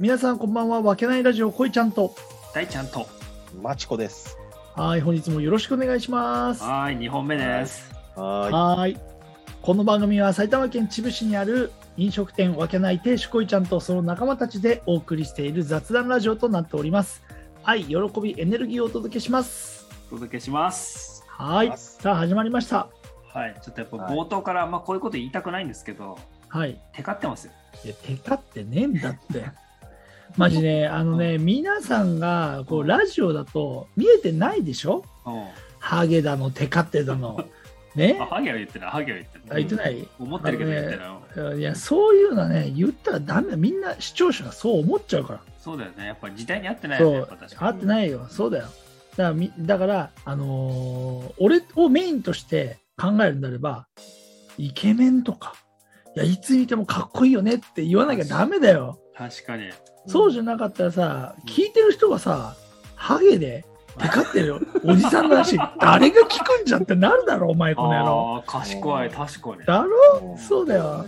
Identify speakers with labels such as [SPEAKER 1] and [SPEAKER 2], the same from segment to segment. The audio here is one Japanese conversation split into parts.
[SPEAKER 1] 皆さんこんばんは。わけないラジオ、こいちゃんと。
[SPEAKER 2] 大ちゃんと。
[SPEAKER 3] マチコです。
[SPEAKER 1] はい、本日もよろしくお願いします。は
[SPEAKER 2] はーい、二本目です。
[SPEAKER 3] はーい。
[SPEAKER 1] ーい。この番組は埼玉県秩父市にある飲食店わけない亭主こいちゃんとその仲間たちでお送りしている雑談ラジオとなっております。愛、喜び、エネルギーをお届けします。
[SPEAKER 2] お届けします。
[SPEAKER 1] は。
[SPEAKER 3] はいい
[SPEAKER 1] さあ、始まりました。
[SPEAKER 2] はい、ちょっとやっぱ
[SPEAKER 3] はい
[SPEAKER 2] 冒頭から、まあ、こういうこと言いたくないんですけど、
[SPEAKER 1] はい。
[SPEAKER 2] テカってますよ。
[SPEAKER 1] いや、テカってねえんだって。 マジね、あのね、皆さんがこうラジオだと見えてないでしょ
[SPEAKER 2] うん。
[SPEAKER 1] ハゲだの、テカってだの。 ね
[SPEAKER 2] あ、ハゲは言ってない、ハゲは言って
[SPEAKER 1] あ
[SPEAKER 2] ない。
[SPEAKER 1] 言ってない、
[SPEAKER 2] うん思ってるけど言ってない。
[SPEAKER 1] いやそういうのはね言ったらダメみんな視聴者がそう思っちゃうか
[SPEAKER 2] そうだよね。やっぱ時代に合ってな
[SPEAKER 1] ら
[SPEAKER 2] いよ
[SPEAKER 1] そ
[SPEAKER 2] ね、やっ
[SPEAKER 1] う
[SPEAKER 2] ぱ確か
[SPEAKER 1] 合ってないよそうだよだからみだからあのー俺をメインとして考えるんであればイケメンとかいやいつ見てもかっこいいよねって言わなきゃダメだよ
[SPEAKER 2] 確かに。
[SPEAKER 1] そうじゃなかったらさ聞いてる人がさハゲでテカって るおじさんの話誰が聞くんじゃんってなるだろお前この野郎
[SPEAKER 2] ああ、賢い、確かに。
[SPEAKER 1] だろ
[SPEAKER 3] うん
[SPEAKER 1] そうだよ。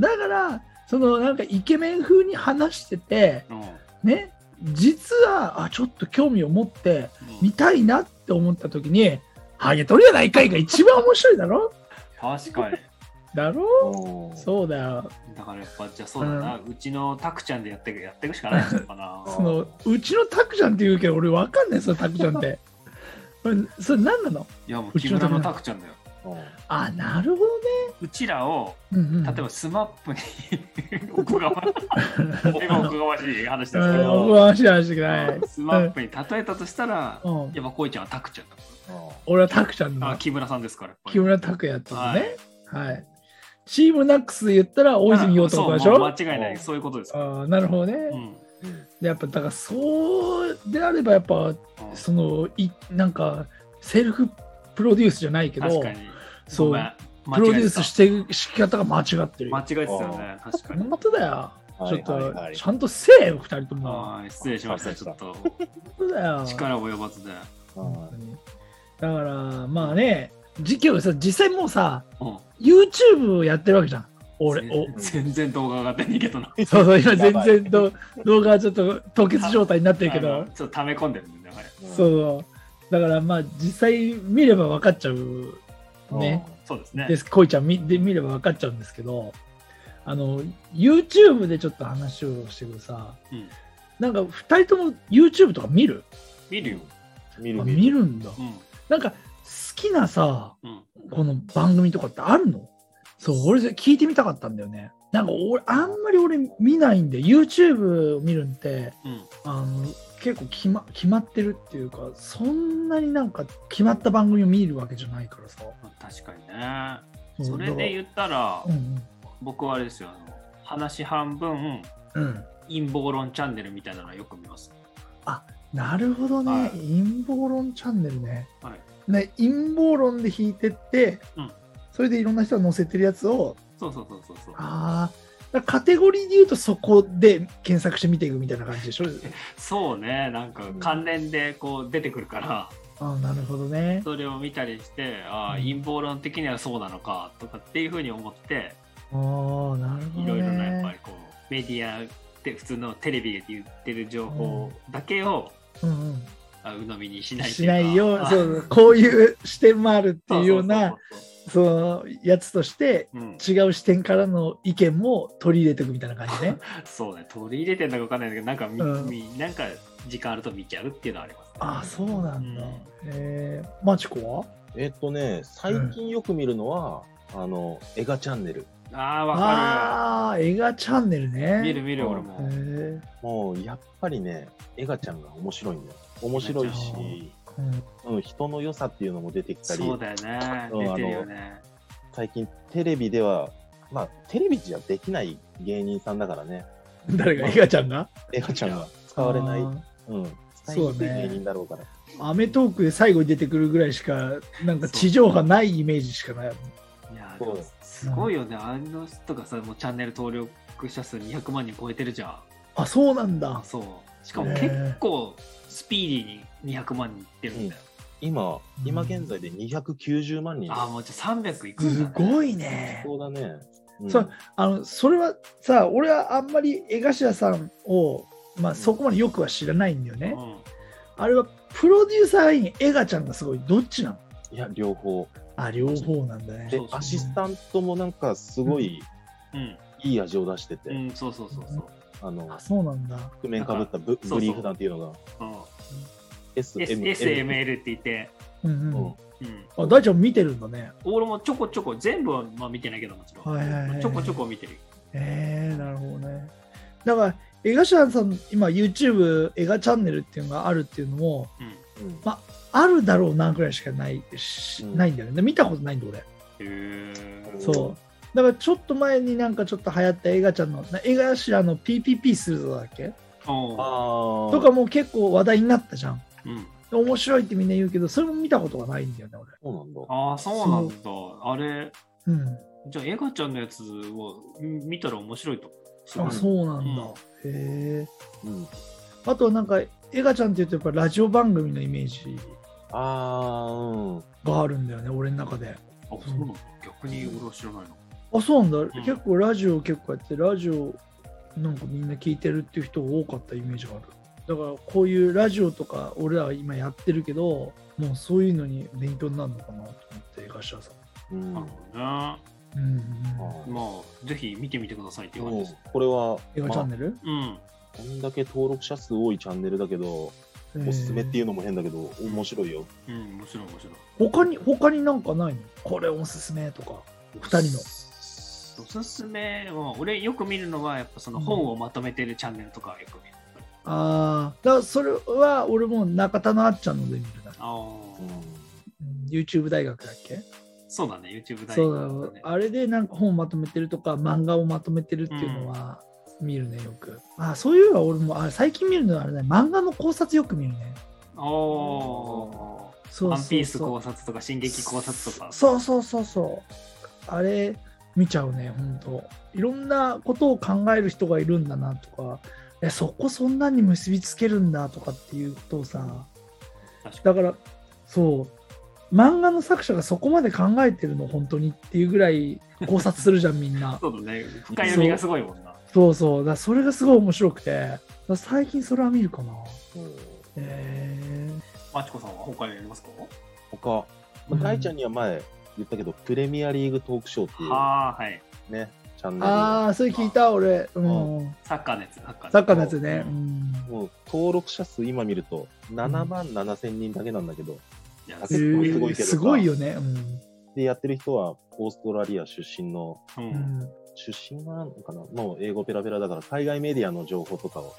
[SPEAKER 1] だからそのなんかイケメン風に話してて
[SPEAKER 2] うん。
[SPEAKER 1] ね実はあちょっと興味を持って
[SPEAKER 2] うん
[SPEAKER 1] 見たいなって思った時に「ハゲとるやないかい」が一番面白いだろ
[SPEAKER 2] 確かに。
[SPEAKER 1] だろ
[SPEAKER 3] うん
[SPEAKER 1] そうだよ
[SPEAKER 2] だからやっぱ、じゃあそうだな。うちのタクちゃんでやってく、やっていくしかないのかな。
[SPEAKER 1] そのうちのタクちゃんって言うけど俺わかんないそのタクちゃんって それそれ何なの
[SPEAKER 2] いや、もう
[SPEAKER 1] う
[SPEAKER 2] 木
[SPEAKER 1] ちのタ
[SPEAKER 2] 村
[SPEAKER 1] ク
[SPEAKER 2] のタクちゃんだよ。
[SPEAKER 1] あなるほどね、
[SPEAKER 2] うちらを、
[SPEAKER 1] うんうん、
[SPEAKER 2] 例えばスマップに おこがま今おこがましい話ですけ
[SPEAKER 1] うん
[SPEAKER 2] ど、
[SPEAKER 1] 僕は話はしてない、
[SPEAKER 2] スマップに例えたとしたら、
[SPEAKER 1] うん、
[SPEAKER 2] やっぱこいちゃんはタクちゃんだか
[SPEAKER 1] 俺はタクちゃん
[SPEAKER 2] ら。あ、
[SPEAKER 1] の
[SPEAKER 2] 木村さんですから。やっぱり
[SPEAKER 1] 木村拓哉って
[SPEAKER 2] は
[SPEAKER 1] ね
[SPEAKER 2] い
[SPEAKER 1] はい、チームナックスで言ったら大泉洋とかでし
[SPEAKER 2] そ
[SPEAKER 1] ょ
[SPEAKER 2] うもう間違いない、そういうことです。
[SPEAKER 1] あーなるほどね、
[SPEAKER 2] うん
[SPEAKER 1] やっぱだからそうであればやっぱ
[SPEAKER 2] うん
[SPEAKER 1] そのいなんかセルフプロデュースじゃないけど
[SPEAKER 2] 確かに。
[SPEAKER 1] そう
[SPEAKER 2] ごめん
[SPEAKER 1] プロデュース
[SPEAKER 2] 間
[SPEAKER 1] してる仕方が間違ってる
[SPEAKER 2] 違えてた間違えてたよね、確かに。
[SPEAKER 1] 本当だよ、
[SPEAKER 3] はい
[SPEAKER 1] ちょっと、
[SPEAKER 3] はいはい
[SPEAKER 1] ちゃんとせえよ2人とも
[SPEAKER 2] はい、失礼しました、ちょっと。
[SPEAKER 1] 本当だよ
[SPEAKER 2] 力及ばずで。
[SPEAKER 3] うん
[SPEAKER 1] 本当にだからまあね時期をさ実際もうさ
[SPEAKER 2] うん。
[SPEAKER 1] YouTube をやってるわけじゃん俺お
[SPEAKER 2] 全然動画上がってないけどな。
[SPEAKER 1] そうそう今全
[SPEAKER 3] やば い
[SPEAKER 1] 然ど動画はちょっと凍結状態になってるけ
[SPEAKER 2] あ
[SPEAKER 1] ど
[SPEAKER 2] のちょっと溜め込んでるんでね、はい
[SPEAKER 1] そうだからまあ実際見れば分かっちゃうね。
[SPEAKER 2] そうですね。
[SPEAKER 1] ですこいちゃん見で見れば分かっちゃうんですけどあの YouTube でちょっと話をしてくるさ、
[SPEAKER 2] うん
[SPEAKER 1] なんか2人とも YouTube とか見る
[SPEAKER 2] 見るよ。
[SPEAKER 3] 見
[SPEAKER 1] あ
[SPEAKER 3] る見る。
[SPEAKER 1] 見るんだ、
[SPEAKER 2] うん。
[SPEAKER 1] なんか好きなさ
[SPEAKER 2] うん。
[SPEAKER 1] この番組とかってあるのそう俺それ聞いてみたかったんだよねなんか俺あんまり俺見ないんで YouTube を見るんって
[SPEAKER 2] うん。
[SPEAKER 1] あの結構決ま決まってるっていうかそんなになんか決まった番組を見るわけじゃないからさ
[SPEAKER 2] まあ確かにね。
[SPEAKER 1] そう
[SPEAKER 2] それで言ったら、
[SPEAKER 1] だからうん
[SPEAKER 2] 僕はあれですよ、あの話半分
[SPEAKER 1] うん、うん、
[SPEAKER 2] 陰謀論チャンネルみたいなのはよく見ます。
[SPEAKER 1] なるほどね、
[SPEAKER 2] はい
[SPEAKER 1] 陰謀論チャンネルね,、
[SPEAKER 2] はい
[SPEAKER 1] ね陰謀論で引いてって、
[SPEAKER 2] うん
[SPEAKER 1] それでいろんな人が載せてるやつを
[SPEAKER 2] そうそうそうそうそう。
[SPEAKER 1] あーだからカテゴリーで言うとそこで検索して見ていくみたいな感じ でしょ
[SPEAKER 2] そうね、なんか関連でこう出てくるから、
[SPEAKER 1] あーなるほどね
[SPEAKER 2] それを見たりして、ああ、
[SPEAKER 1] うん
[SPEAKER 2] 陰謀論的にはそうなのかとかっていうふうに思って、
[SPEAKER 1] あーなるほ
[SPEAKER 2] い
[SPEAKER 1] ど
[SPEAKER 2] ろい
[SPEAKER 1] ね
[SPEAKER 2] ろなやっぱりこう、メディアって普通のテレビで言ってる情報だけを、
[SPEAKER 1] うんうん
[SPEAKER 2] あ鵜呑みにしないと
[SPEAKER 1] し
[SPEAKER 2] いうか
[SPEAKER 1] ない よう
[SPEAKER 2] あ
[SPEAKER 1] そうこういう視点もあるっていうような
[SPEAKER 2] そそ
[SPEAKER 1] そのやつとして
[SPEAKER 2] うそううん
[SPEAKER 1] 違う視点からの意見も取り入れていくみたいな感じね
[SPEAKER 2] そうね、取り入れてんのか分かんないんだけど、なんかみ、
[SPEAKER 1] うん
[SPEAKER 2] みなんか時間あると見ちゃうっていうのはあります、ね。
[SPEAKER 1] ああそうなんだ、
[SPEAKER 2] うん
[SPEAKER 1] えー、マチコは
[SPEAKER 3] えっとね、最近よく見るのは、あの、映画チャンネル。
[SPEAKER 2] ああ、わか
[SPEAKER 1] ああー映画チャンネルね
[SPEAKER 2] る。見る見る、
[SPEAKER 3] うん
[SPEAKER 2] 俺
[SPEAKER 1] へ
[SPEAKER 2] も。
[SPEAKER 1] ー
[SPEAKER 3] もう、やっぱりね、映画ちゃんが面白いんだよ。面白いし、
[SPEAKER 1] うん
[SPEAKER 3] うん、人の良さっていうのも出てきたり、
[SPEAKER 2] そうだよね。
[SPEAKER 3] うん
[SPEAKER 2] 出てるよね。
[SPEAKER 3] 最近テレビでは、まあ、テレビじゃできない芸人さんだからね、
[SPEAKER 1] 誰が映画ちゃんが
[SPEAKER 3] 映画ちゃんが使われない、うん、使い
[SPEAKER 1] そう
[SPEAKER 3] に
[SPEAKER 1] ね
[SPEAKER 3] くい芸人だろうから。
[SPEAKER 1] アメトークで最後に出てくるぐらいしかなんか地上波ないイメージしかない
[SPEAKER 2] いやー、で
[SPEAKER 3] そう
[SPEAKER 2] もすごいよね。あの人がさ、もうチャンネル登録者数200万人超えてるじゃん。
[SPEAKER 1] あそうなん
[SPEAKER 2] あ
[SPEAKER 1] だ
[SPEAKER 2] そう。しかも
[SPEAKER 1] ね
[SPEAKER 2] 結構スピーディーに200万人いってるんだよ。
[SPEAKER 3] 今、今現在で290万人。
[SPEAKER 2] ああ、もうじゃあ300いくん
[SPEAKER 1] す
[SPEAKER 2] だ、ね。
[SPEAKER 1] ごいね
[SPEAKER 3] そうだね。うん
[SPEAKER 1] そうあのそれはさ俺はあんまり江頭さんを、まあ、そこまでよくは知らないんだよね、
[SPEAKER 2] うん
[SPEAKER 1] あれはプロデューサーイン江頭ちゃんがすごいどっちなの
[SPEAKER 3] いや、両方。
[SPEAKER 1] あ両方なんだね
[SPEAKER 2] そう
[SPEAKER 3] で
[SPEAKER 2] そうそう、
[SPEAKER 3] アシスタントもなんかすごい
[SPEAKER 2] うん、
[SPEAKER 3] いい味を出してて、
[SPEAKER 2] うん、そうそうそうそう。
[SPEAKER 3] あの
[SPEAKER 1] あ、そうなんだ
[SPEAKER 3] 覆面かぶった
[SPEAKER 2] そ
[SPEAKER 3] ブ
[SPEAKER 2] うそう
[SPEAKER 3] ブリーフ団っていうのが、
[SPEAKER 2] うん、
[SPEAKER 3] S、
[SPEAKER 2] S-
[SPEAKER 3] M、
[SPEAKER 2] SML って言って、
[SPEAKER 1] うん
[SPEAKER 3] う
[SPEAKER 1] うんん、
[SPEAKER 2] うん、
[SPEAKER 1] あ大ちゃん見てるんだね
[SPEAKER 2] 俺もちょこちょこ、全部は、まあ、見てないけどもちろん、
[SPEAKER 1] はいはいはい
[SPEAKER 2] ちょこちょこ見てるよ。
[SPEAKER 1] えー、なるほどねだから江頭さん今 YouTube 映画チャンネルっていうのがあるっていうのも
[SPEAKER 2] うん
[SPEAKER 3] うん
[SPEAKER 1] あるだろうなぐらいしかないし、
[SPEAKER 3] うん
[SPEAKER 1] ないんだよね見たことないんだ俺
[SPEAKER 2] へー
[SPEAKER 1] そうだからちょっと前になんかちょっと流行った映画ちゃんのな映画頭の PPP するぞだっけ
[SPEAKER 2] あ
[SPEAKER 3] あー
[SPEAKER 1] とかも結構話題になったじゃん
[SPEAKER 2] ーうん
[SPEAKER 1] で面白いってみんな言うけどそれも見たことがないんだよね
[SPEAKER 3] そうなんだ。
[SPEAKER 2] あー、そうなんだ。あれ、
[SPEAKER 1] 俺うん
[SPEAKER 2] じゃあ、エガちゃんのやつをん見たら面白いと。すごい
[SPEAKER 1] あそうなんだ、へえ
[SPEAKER 3] うん、
[SPEAKER 1] あとはなんか映画ちゃんっていうとやっぱラジオ番組のイメージ
[SPEAKER 3] あー、うん。
[SPEAKER 1] があるんだよね俺の中で
[SPEAKER 2] あ、そうなんだ。逆に俺は知らないの。
[SPEAKER 1] あそうなんだ、結構ラジオ結構やってラジオなんかみんな聞いてるっていう人が多かったイメージがあるだからこういうラジオとか俺らは今やってるけどもうそういうのに勉強になるのかなと思って江頭さ
[SPEAKER 3] うん
[SPEAKER 2] なるほどね。
[SPEAKER 1] ん、うんうん、
[SPEAKER 3] あー
[SPEAKER 2] まあ、ぜひ見てみてくださいっていう感じ
[SPEAKER 3] も
[SPEAKER 2] で
[SPEAKER 3] う
[SPEAKER 2] す。
[SPEAKER 3] これは、
[SPEAKER 1] 映画チャ
[SPEAKER 3] まあ
[SPEAKER 1] ン、ネル、
[SPEAKER 2] うん。
[SPEAKER 3] こんだけ登録者数多いチャンネルだけど、おすすめっていう
[SPEAKER 1] う
[SPEAKER 3] のも変だけど、面白いよ。
[SPEAKER 2] うん、面白い面白い。
[SPEAKER 1] 他に他になんかないのこれおすすめとか二人の
[SPEAKER 2] おすすめは、俺よく見るのは、やっぱその本をまとめてるチャンネルとかよく見る。
[SPEAKER 1] ああだからそれは俺も中田のあっちゃんので見るな、
[SPEAKER 2] あ
[SPEAKER 3] う
[SPEAKER 2] あ、
[SPEAKER 1] うん、YouTube 大学だっけ
[SPEAKER 2] そうだね、YouTube 大
[SPEAKER 1] そうだ
[SPEAKER 2] 学
[SPEAKER 1] よ
[SPEAKER 2] ね
[SPEAKER 1] あれでなんか本まとめてるとか漫画をまとめてるっていうのは見るねよく、あそういうのは俺もあ最近見るのはあれね漫画の考察よく見るね
[SPEAKER 2] ああ。
[SPEAKER 1] そうそうそう
[SPEAKER 2] ワンピース考察とか、進撃考察とか。
[SPEAKER 1] そうそうそうそうあれ見ちゃうねほんといろんなことを考える人がいるんだなとかえそこそんなに結びつけるんだとかっていうことをさ
[SPEAKER 2] 確
[SPEAKER 1] だ
[SPEAKER 2] か
[SPEAKER 1] からそう漫画の作者がそこまで考えてるの本当にっていうぐらい考察するじゃんみんな
[SPEAKER 2] にそうだね、深読みがすごいもんな。
[SPEAKER 1] そうそう、だからそれがすごい面白くて、だから最近それは見るかな。
[SPEAKER 3] んうん
[SPEAKER 1] え
[SPEAKER 2] マチコさんは他にありますか
[SPEAKER 3] 他、
[SPEAKER 1] う
[SPEAKER 3] ま
[SPEAKER 1] ん
[SPEAKER 3] あ、大ちゃんには前言ったけど、プレミアリーグトークショーってい
[SPEAKER 2] はあ、はい。
[SPEAKER 3] うね、チャ
[SPEAKER 1] ー、
[SPEAKER 3] ンネルが
[SPEAKER 1] ああ、それ聞いた、俺、うん、
[SPEAKER 2] サッカーのやつ、サッカー
[SPEAKER 1] サッ
[SPEAKER 2] のや
[SPEAKER 1] カーのやつね。うん、
[SPEAKER 3] もう登録者数今見ると7万7千人だけなんだけど、
[SPEAKER 2] ついや。
[SPEAKER 3] あ
[SPEAKER 1] え
[SPEAKER 3] すごい
[SPEAKER 1] ー
[SPEAKER 3] けどさ
[SPEAKER 1] すごいよね。うん
[SPEAKER 3] で、やってる人はオーストラリア出身の、
[SPEAKER 2] う。
[SPEAKER 1] うんん
[SPEAKER 3] 出身なのかなもう英語ペラペラだから、海外メディアの情報とかを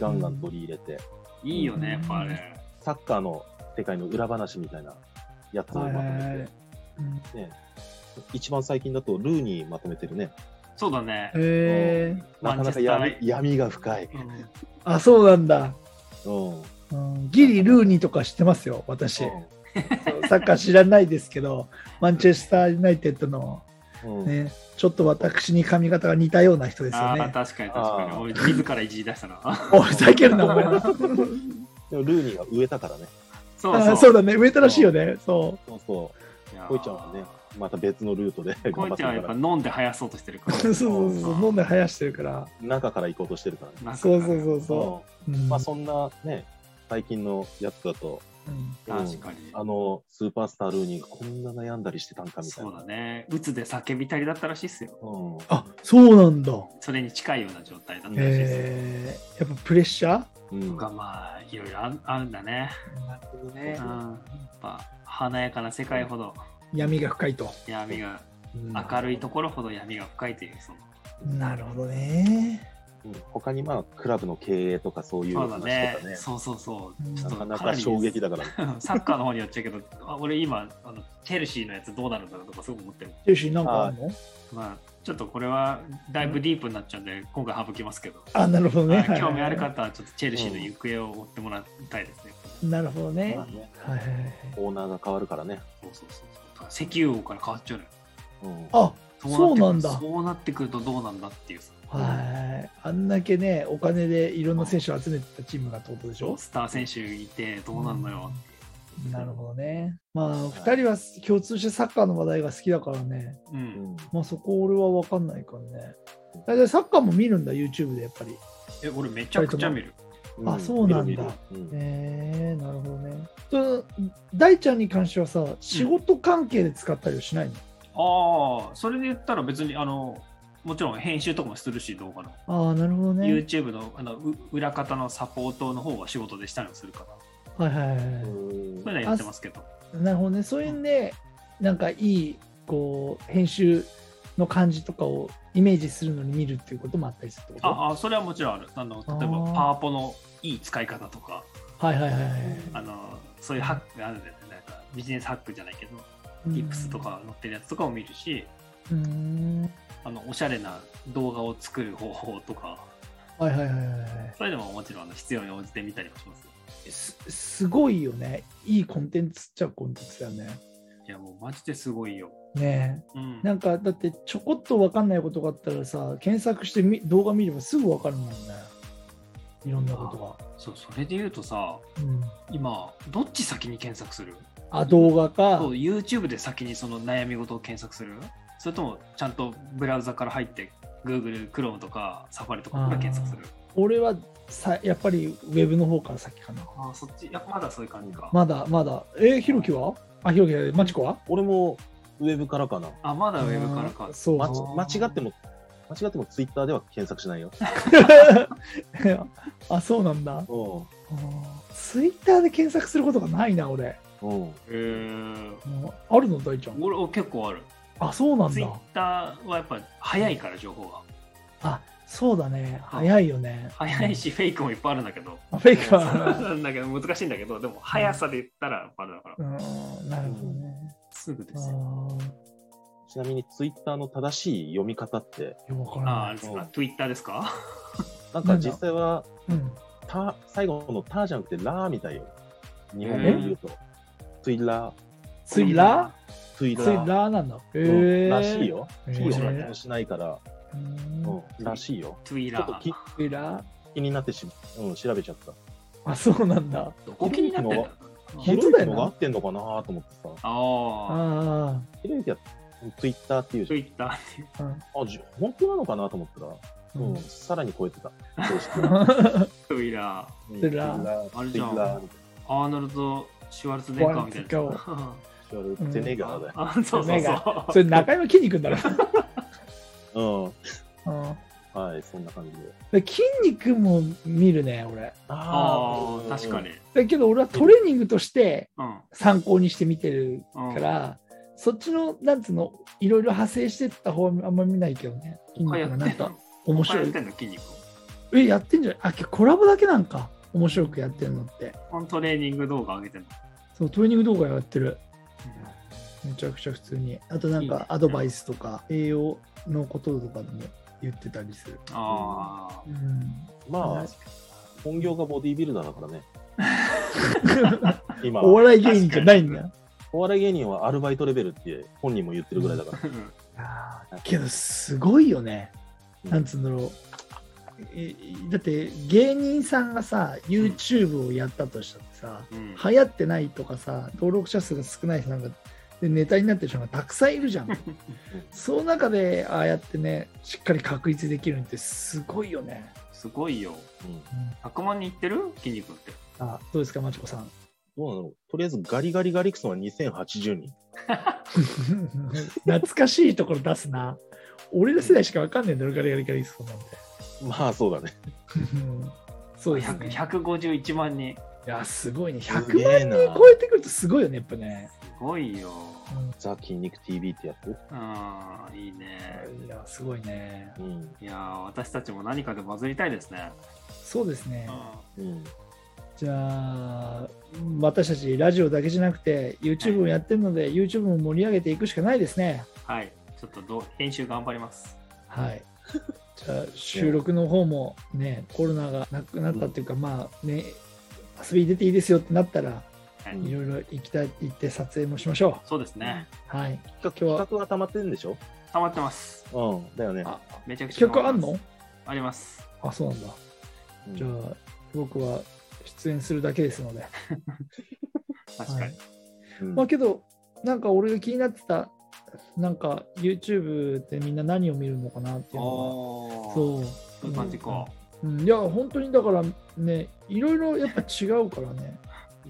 [SPEAKER 3] ガンガン取り入れて、
[SPEAKER 2] いいよね、やっぱあれ。
[SPEAKER 3] サッカーの世界の裏話みたいなやつをま
[SPEAKER 1] はい
[SPEAKER 3] と
[SPEAKER 1] はいはい
[SPEAKER 3] め
[SPEAKER 1] うん
[SPEAKER 3] て、ね、一番最近だとルーニーまとめてるね。
[SPEAKER 2] そうだね。
[SPEAKER 1] えー、
[SPEAKER 3] なかな
[SPEAKER 2] マン
[SPEAKER 3] か闇
[SPEAKER 2] チェスター
[SPEAKER 3] 闇が深い。
[SPEAKER 2] うん
[SPEAKER 1] あ、そうなんだ。
[SPEAKER 3] うん。
[SPEAKER 1] うん、ギリルーニーとか知ってますよ、私。そうサッカー知らないですけど、マンチェスター・ユナイテッドの、
[SPEAKER 3] うん
[SPEAKER 1] ね、ちょっと私に髪型が似たような人ですよ
[SPEAKER 2] ああ、
[SPEAKER 1] ね。
[SPEAKER 2] 確かに確かに。
[SPEAKER 3] あー
[SPEAKER 2] 俺、自らいじり出し たな。
[SPEAKER 1] おい、ふざけるな、お前。
[SPEAKER 3] でもルーニーが植えたからね。
[SPEAKER 2] そう
[SPEAKER 1] あ
[SPEAKER 2] そう。
[SPEAKER 1] そうだね、植えたらしいよね。そう。
[SPEAKER 3] そうそう。
[SPEAKER 2] いやー
[SPEAKER 3] こいちゃんはね、また別のルート で
[SPEAKER 2] こい
[SPEAKER 3] 頑張って
[SPEAKER 2] ちゃんはや
[SPEAKER 3] る
[SPEAKER 2] っ
[SPEAKER 3] か
[SPEAKER 2] ぱ
[SPEAKER 3] ら、
[SPEAKER 2] 飲んで生やそうとしてる か
[SPEAKER 1] そ
[SPEAKER 2] ら。
[SPEAKER 1] うそうそう、飲んで生やしてるから。
[SPEAKER 3] 中から行こうとしてるからね。
[SPEAKER 2] なんか
[SPEAKER 1] そうそうそうそうん
[SPEAKER 3] んまあそんなね、最近のやつだと、
[SPEAKER 1] うん
[SPEAKER 2] 確かに。
[SPEAKER 3] あの、スーパースタールーニーがこんな悩んだりしてたんかみたい
[SPEAKER 2] そう
[SPEAKER 3] な。
[SPEAKER 2] だね。うつで叫びたりだったらしいっすよ。
[SPEAKER 3] うん
[SPEAKER 1] あそうなんだ。
[SPEAKER 2] それに近いような状態だったらしいっすよ。
[SPEAKER 1] えー、やっぱプレッシャー
[SPEAKER 3] うん
[SPEAKER 2] とかまあ、いろいろああるんだね。
[SPEAKER 1] なるほど
[SPEAKER 2] うん。やっぱ、華やかな世界ほど
[SPEAKER 1] 闇が深いと。
[SPEAKER 2] 闇が、
[SPEAKER 1] うん
[SPEAKER 2] 明るいところほど闇が深いという、その。
[SPEAKER 1] なるほどね。
[SPEAKER 3] うん他にまあ、クラブの経営とかそういう
[SPEAKER 2] そう
[SPEAKER 3] 話と
[SPEAKER 2] だ
[SPEAKER 3] か
[SPEAKER 2] ね
[SPEAKER 3] ね。。
[SPEAKER 2] そうそうそう。
[SPEAKER 1] うん
[SPEAKER 2] ちょ
[SPEAKER 3] な
[SPEAKER 2] っと
[SPEAKER 3] かな
[SPEAKER 2] な
[SPEAKER 3] か
[SPEAKER 2] り
[SPEAKER 3] 衝撃だから、
[SPEAKER 2] サッカーの方によっちゃうけど、あ俺今あの、チェルシーのやつどうなるんだろうとかすごく思ってる。
[SPEAKER 1] ジェシーなんかあるの
[SPEAKER 2] まあ、ちょっとこれはだいぶディープになっちゃうんで、今回省きますけど、
[SPEAKER 1] あ、なるほどね。
[SPEAKER 2] はい興味ある
[SPEAKER 1] か
[SPEAKER 2] 方はちょっとチェルシーの行方を追ってもらいたいですね。
[SPEAKER 1] なるほどね。
[SPEAKER 3] ま
[SPEAKER 1] は
[SPEAKER 3] あね
[SPEAKER 1] いはいはい。
[SPEAKER 3] オーナーが変わるからね。
[SPEAKER 2] そうそうそうそう。石油王から変わっちゃうのよ。
[SPEAKER 3] うん
[SPEAKER 1] あそうなん
[SPEAKER 2] そ
[SPEAKER 1] だ。
[SPEAKER 2] うってくるそうなってくるとどうなんだっていうさ。
[SPEAKER 1] はい。あんだけね、お金でいろんな選手を集めてたチームがってことでしょ
[SPEAKER 2] スター選手いてどうなんのよっていう。
[SPEAKER 1] なるほどね。まあ、2人は共通してサッカーの話題が好きだからね。
[SPEAKER 2] う
[SPEAKER 3] うん
[SPEAKER 2] ん。
[SPEAKER 1] まあそこ俺は分かんないからね。大体サッカーも見るんだ、YouTube でやっぱり。
[SPEAKER 2] え、俺めちゃくちゃ見る。
[SPEAKER 1] あそうなんだ
[SPEAKER 3] 見る見る
[SPEAKER 1] えー、なるほどね。その大ちゃんに関してはさ、仕事関係で使ったりはしないの、
[SPEAKER 2] ああ、それで言ったら別に、あの、もちろん編集とかもするし、動画の。
[SPEAKER 1] ああ、なるほどね。
[SPEAKER 2] YouTube のあのう裏方のサポートの方は仕事でしたりもするから、
[SPEAKER 1] はいはいはいはい。
[SPEAKER 3] うん
[SPEAKER 2] そういうのはやってますけど。
[SPEAKER 1] なるほどね、そういうんで、なんかいいこう編集の感じとかをイメージするのに見るっていうこともあったりするってこと
[SPEAKER 2] ああ、それはもちろんある。あの例えば
[SPEAKER 1] あー、
[SPEAKER 2] パワポのいい使い方とか、
[SPEAKER 1] はいはいはいはい。
[SPEAKER 2] あのそういうハックがあるんだよね。なんかビジネスハックじゃないけど、
[SPEAKER 1] うん
[SPEAKER 2] ティップスと。か載ってるやつとかも見るし、
[SPEAKER 1] うーん。
[SPEAKER 2] あのおしゃれな動画を作る方法とか、
[SPEAKER 1] はいはいはいはいはい。
[SPEAKER 2] そういうのももちろんあの必要に応じて見たりもします。
[SPEAKER 1] すすごいよね。いいコンテンツっちゃコンテンツだよね。
[SPEAKER 2] いや、もうマジですごいよ。
[SPEAKER 1] ね
[SPEAKER 2] うん
[SPEAKER 1] え。なんかだってちょこっと分かんないことがあったらさ、検索してみ動画見ればすぐ分かるもんね。いろんなこ
[SPEAKER 2] そうそれで言うとさ、
[SPEAKER 1] とが。うん、
[SPEAKER 2] 今、どっち先に検索する
[SPEAKER 1] あ、動画
[SPEAKER 2] そ
[SPEAKER 1] か
[SPEAKER 2] う。YouTube で先にその悩み事を検索するそれともちゃんとブラウザから入って Google、Chrome とか Safari とかから検索する
[SPEAKER 1] 俺はさやっぱりウェブの方から先かな。
[SPEAKER 2] ああそっちやっぱまだそういう感じか、
[SPEAKER 1] まだまだ。えー、ひろきはあ、ひろきじゃない、まちこは
[SPEAKER 3] 俺もウェブからかな。
[SPEAKER 2] あまだウェブからか
[SPEAKER 1] あーそう。
[SPEAKER 3] ま
[SPEAKER 1] 間
[SPEAKER 3] ち間違っても、間違ってもツイッターでは検索しないよ。
[SPEAKER 1] あ、そうなんだ。
[SPEAKER 3] う
[SPEAKER 1] ツイッターで検索することがないな、俺。
[SPEAKER 3] ん。うん。
[SPEAKER 2] えー、
[SPEAKER 1] うんあるの、大ちゃん。
[SPEAKER 2] 俺は結構ある
[SPEAKER 1] あ、そうなんだ。
[SPEAKER 2] Twitter はやっぱ早いから情報が
[SPEAKER 1] あ、そうだね。早いよね。
[SPEAKER 2] 早いしフェイクもいっぱいあるんだけど
[SPEAKER 1] あ。フェイクは。
[SPEAKER 2] なんだけど難しいんだけどでも速さで言ったらあれだから
[SPEAKER 1] うん、なるほどね。
[SPEAKER 2] すぐで
[SPEAKER 1] あ
[SPEAKER 2] すよ
[SPEAKER 3] ちなみにツイッターの正しい読み方って、
[SPEAKER 1] ーいや、わから
[SPEAKER 2] あ
[SPEAKER 1] な
[SPEAKER 2] あ
[SPEAKER 1] い。
[SPEAKER 2] れですか Twitter ですか
[SPEAKER 3] なんか実際は、
[SPEAKER 1] うん。
[SPEAKER 3] た最後のターじゃなくてラーみたいよ。日本語で言うと。ツイラー、
[SPEAKER 1] ツイラ
[SPEAKER 3] ツイ
[SPEAKER 1] ー
[SPEAKER 3] ラ
[SPEAKER 1] ツイ
[SPEAKER 3] ー。
[SPEAKER 1] ラーなんだ。へ
[SPEAKER 3] うん
[SPEAKER 1] え。
[SPEAKER 3] らしい。よ。
[SPEAKER 1] へ
[SPEAKER 3] 企業
[SPEAKER 2] 面白
[SPEAKER 3] はい
[SPEAKER 1] え
[SPEAKER 2] ね
[SPEAKER 3] 何もしないから、
[SPEAKER 1] うん
[SPEAKER 3] うんらしいよ。ち
[SPEAKER 2] Twitter
[SPEAKER 3] ょっとき
[SPEAKER 1] ツイラー
[SPEAKER 3] 気になってし、うん、調べちゃった。
[SPEAKER 1] あ、そうなんだ。
[SPEAKER 2] どこ気になってんだ
[SPEAKER 1] 本
[SPEAKER 3] ひろ
[SPEAKER 1] 当
[SPEAKER 3] ゆ
[SPEAKER 1] だよな
[SPEAKER 3] きのが合ってんのかなと思ってさ。
[SPEAKER 2] ああ
[SPEAKER 1] あ
[SPEAKER 3] ひろゆきはツイッターっていうじゃん
[SPEAKER 2] Twitter
[SPEAKER 1] あ。
[SPEAKER 3] あ、じ本当なのかなと思ったら、うん、さらに超えて た。常識
[SPEAKER 2] ウイラー、
[SPEAKER 3] うん
[SPEAKER 1] ツイラー
[SPEAKER 3] ツイラーみ
[SPEAKER 2] アーノルド・シュワルツェネッカーみたいなやつ。
[SPEAKER 3] たいな。ゼネガーだよ。
[SPEAKER 2] あそうそう
[SPEAKER 1] ネガそ
[SPEAKER 2] そ
[SPEAKER 1] れ中山筋肉だろ。
[SPEAKER 3] う
[SPEAKER 1] うん
[SPEAKER 3] ん。はい、そんな感じで。
[SPEAKER 1] で筋肉も見るね、俺。
[SPEAKER 2] う。ああ、確かに。。
[SPEAKER 1] だけど俺はトレーニングとして
[SPEAKER 2] うん。
[SPEAKER 1] 参考にして見てる
[SPEAKER 2] うん
[SPEAKER 1] から、そっちの、なんつうの、いろいろ派生してった方はあんま見ないけどね。筋
[SPEAKER 2] 他
[SPEAKER 1] 肉
[SPEAKER 2] やって
[SPEAKER 1] が
[SPEAKER 2] んの
[SPEAKER 1] なんか面
[SPEAKER 2] 他
[SPEAKER 1] 白
[SPEAKER 2] やっ
[SPEAKER 1] い
[SPEAKER 2] て。んの筋肉。
[SPEAKER 1] え、やってんじゃないあ、けコラボだけなんか。面白くやってるのって。
[SPEAKER 2] このトレーニング動画上げてんの。
[SPEAKER 1] そう、トレーニング動画やってる。めちゃくちゃ普通に。あとなん
[SPEAKER 2] いいね
[SPEAKER 1] かアドバイスとか、栄養のこととかでも言ってたりする。
[SPEAKER 2] あ
[SPEAKER 1] うん。
[SPEAKER 3] まあ、本業がボディービルダーだからね。今は、
[SPEAKER 1] お笑い芸人じゃないんだよ。
[SPEAKER 3] お笑い芸人はアルバイトレベルって本人も言ってるぐらいだから。
[SPEAKER 2] あ。
[SPEAKER 1] あーけどすごいよね、
[SPEAKER 3] う ん
[SPEAKER 1] なんつうんだろうえだって芸人さんがさ YouTube をやったとしたってさ、
[SPEAKER 2] うん。
[SPEAKER 1] 流行ってないとかさ登録者数が少ない人なんかでネタになってる人がたくさんいるじゃ んその中でああやってねしっかり確立できるのってすごいよね、
[SPEAKER 2] すごいよ。
[SPEAKER 3] うん
[SPEAKER 2] 100万人いってる筋肉って。
[SPEAKER 1] あどうですかまちこさん
[SPEAKER 3] どうなのとりあえずガリガリガリクソンは2080人。
[SPEAKER 1] 懐かしいところ出すな俺ら世代しかわかんねえんだろガリガリガリそうなん で
[SPEAKER 3] まあそうだね。
[SPEAKER 1] うんそうです
[SPEAKER 2] 100
[SPEAKER 1] ね
[SPEAKER 2] 151万人。
[SPEAKER 1] いや、すごいね。
[SPEAKER 3] す
[SPEAKER 1] 100
[SPEAKER 3] げ
[SPEAKER 1] 万
[SPEAKER 3] えな
[SPEAKER 1] 人超えてくるとすごいよね、やっぱね。
[SPEAKER 2] すごいよ。
[SPEAKER 3] ザ・筋肉 TV ってやつ。
[SPEAKER 2] ああ、いいね。
[SPEAKER 1] いや、すごいね。
[SPEAKER 3] うん。
[SPEAKER 2] いやー、私たちも何かでバズりたいですね。
[SPEAKER 1] そうですね
[SPEAKER 2] う。
[SPEAKER 3] うん。
[SPEAKER 1] じゃあ、私たちラジオだけじゃなくて、YouTube をやってるので、YouTube も盛り上げていくしかないですね。
[SPEAKER 2] はい。ちょっとどう編集頑張ります。
[SPEAKER 1] はい。じゃあ、収録の方もね、コロナがなくなったっていうか、まあね、遊びに出ていいですよってなったら、
[SPEAKER 2] はい
[SPEAKER 1] いろいろ行きたいって言って撮影もしましょ
[SPEAKER 2] そうですね。
[SPEAKER 1] う。はい。
[SPEAKER 3] 企画
[SPEAKER 1] 今日は
[SPEAKER 3] 企画が溜まってるんでしょ
[SPEAKER 2] 溜まってます。
[SPEAKER 3] うん。だよね。
[SPEAKER 1] あ、
[SPEAKER 2] めちゃくちゃ
[SPEAKER 1] 企画
[SPEAKER 2] 溜ま
[SPEAKER 1] あ
[SPEAKER 2] って
[SPEAKER 1] ん
[SPEAKER 2] ます
[SPEAKER 1] の
[SPEAKER 2] あります。
[SPEAKER 1] あ、そうなんだ。
[SPEAKER 3] うん
[SPEAKER 1] じゃあ、僕は出演するだけですので。
[SPEAKER 2] 確かに。
[SPEAKER 1] はい
[SPEAKER 3] うん
[SPEAKER 1] まあけど、なんか俺が気になってたなんか YouTube ってみんな何を見るのかなっていうのが
[SPEAKER 2] そ
[SPEAKER 1] そう
[SPEAKER 2] ういう感じか。
[SPEAKER 1] うん、いや本当にだからねいろいろやっぱ違うからね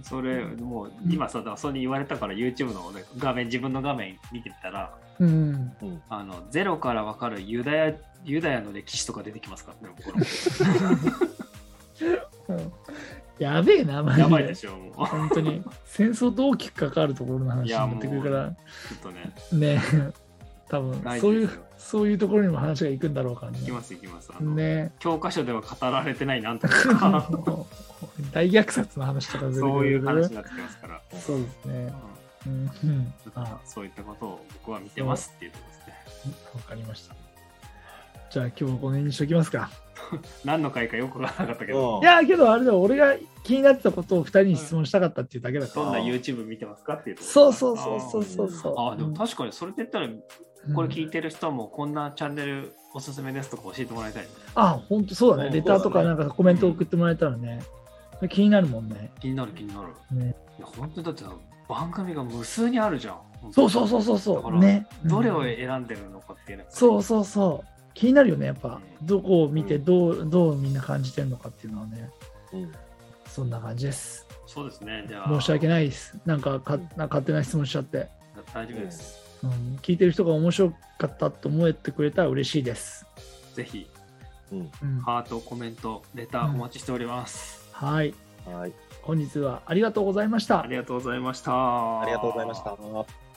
[SPEAKER 2] それ、もう今さ、だからそれに言われたから YouTube のね画面、自分の画面見てみたら、
[SPEAKER 1] うん
[SPEAKER 2] あのゼロからわかるユダヤユダヤの歴史とか出てきますからね、これ
[SPEAKER 1] うんやべえなマジで
[SPEAKER 2] やばいでしょ、もう。ちょ
[SPEAKER 1] 本当に戦争と大きく関わるところの話になってくるから
[SPEAKER 2] っとね、
[SPEAKER 1] ね多
[SPEAKER 2] な
[SPEAKER 1] 分
[SPEAKER 2] い
[SPEAKER 1] そうい
[SPEAKER 2] で
[SPEAKER 1] う
[SPEAKER 2] すよ。
[SPEAKER 1] そういうところにも話が行くんだろうからね
[SPEAKER 2] いきます、いきます。あの
[SPEAKER 1] ね、
[SPEAKER 2] 教科書では語られてないなんとか
[SPEAKER 1] 大虐殺の話とか出てくる
[SPEAKER 2] そういう話になってきますから、
[SPEAKER 1] そうですね
[SPEAKER 2] うん
[SPEAKER 1] うんうん
[SPEAKER 2] ちょっと
[SPEAKER 1] あ
[SPEAKER 2] そういったことを僕は見てますっていうところですね。
[SPEAKER 1] わかりましたじゃあ今日はこの辺にしときますか
[SPEAKER 2] 何の回かよくわからなかったけど、
[SPEAKER 3] うん
[SPEAKER 1] いやけどあれだよ俺が気になってたことを2人に質問したかったっていうだけだから、
[SPEAKER 2] どんな YouTube 見てますかっていうところ
[SPEAKER 1] そうそうそうそうそうそう
[SPEAKER 2] あーあー、でも確かにそれって言ったら、これ聞いてる人もこんなチャンネルおすすめですとか教えてもらいたいね。
[SPEAKER 1] あ本当そうだね
[SPEAKER 3] うん
[SPEAKER 1] レターとか
[SPEAKER 3] そう
[SPEAKER 1] な
[SPEAKER 3] だ
[SPEAKER 1] んかコメント送ってもらえたらねそれ気になるもんね
[SPEAKER 2] 気になる気になる。
[SPEAKER 1] ね
[SPEAKER 2] いや、本当にだってさ番組が無数にあるじゃん。
[SPEAKER 1] そうそう
[SPEAKER 2] う。
[SPEAKER 1] そうそう
[SPEAKER 2] だ
[SPEAKER 1] そ
[SPEAKER 2] か
[SPEAKER 1] う
[SPEAKER 2] ら
[SPEAKER 1] ね
[SPEAKER 2] どれ
[SPEAKER 1] う
[SPEAKER 2] を
[SPEAKER 1] ん
[SPEAKER 2] 選んでるのかっていうのが
[SPEAKER 1] そうそうそう気になるよねやっぱ
[SPEAKER 2] うん
[SPEAKER 1] どこを見て
[SPEAKER 3] うん
[SPEAKER 1] どうどうみんな感じてるのかっていうのはね
[SPEAKER 3] うん
[SPEAKER 1] そんな感じです
[SPEAKER 2] そうですね。じゃ
[SPEAKER 1] 申
[SPEAKER 2] あ、
[SPEAKER 1] し訳
[SPEAKER 2] い。
[SPEAKER 1] ないですなんかかなんか勝手な質問しちゃって、
[SPEAKER 2] 大丈夫です。
[SPEAKER 1] うん、聞いてる人が面白かったと思えてくれたら嬉しいです、
[SPEAKER 2] ぜひ、
[SPEAKER 3] うん
[SPEAKER 1] うん、
[SPEAKER 2] ハート、コメント、レターお待ちしております。
[SPEAKER 1] はい
[SPEAKER 3] はい
[SPEAKER 1] 本日はありがとうございました
[SPEAKER 2] ありがとうございました。
[SPEAKER 3] ありがとうございました。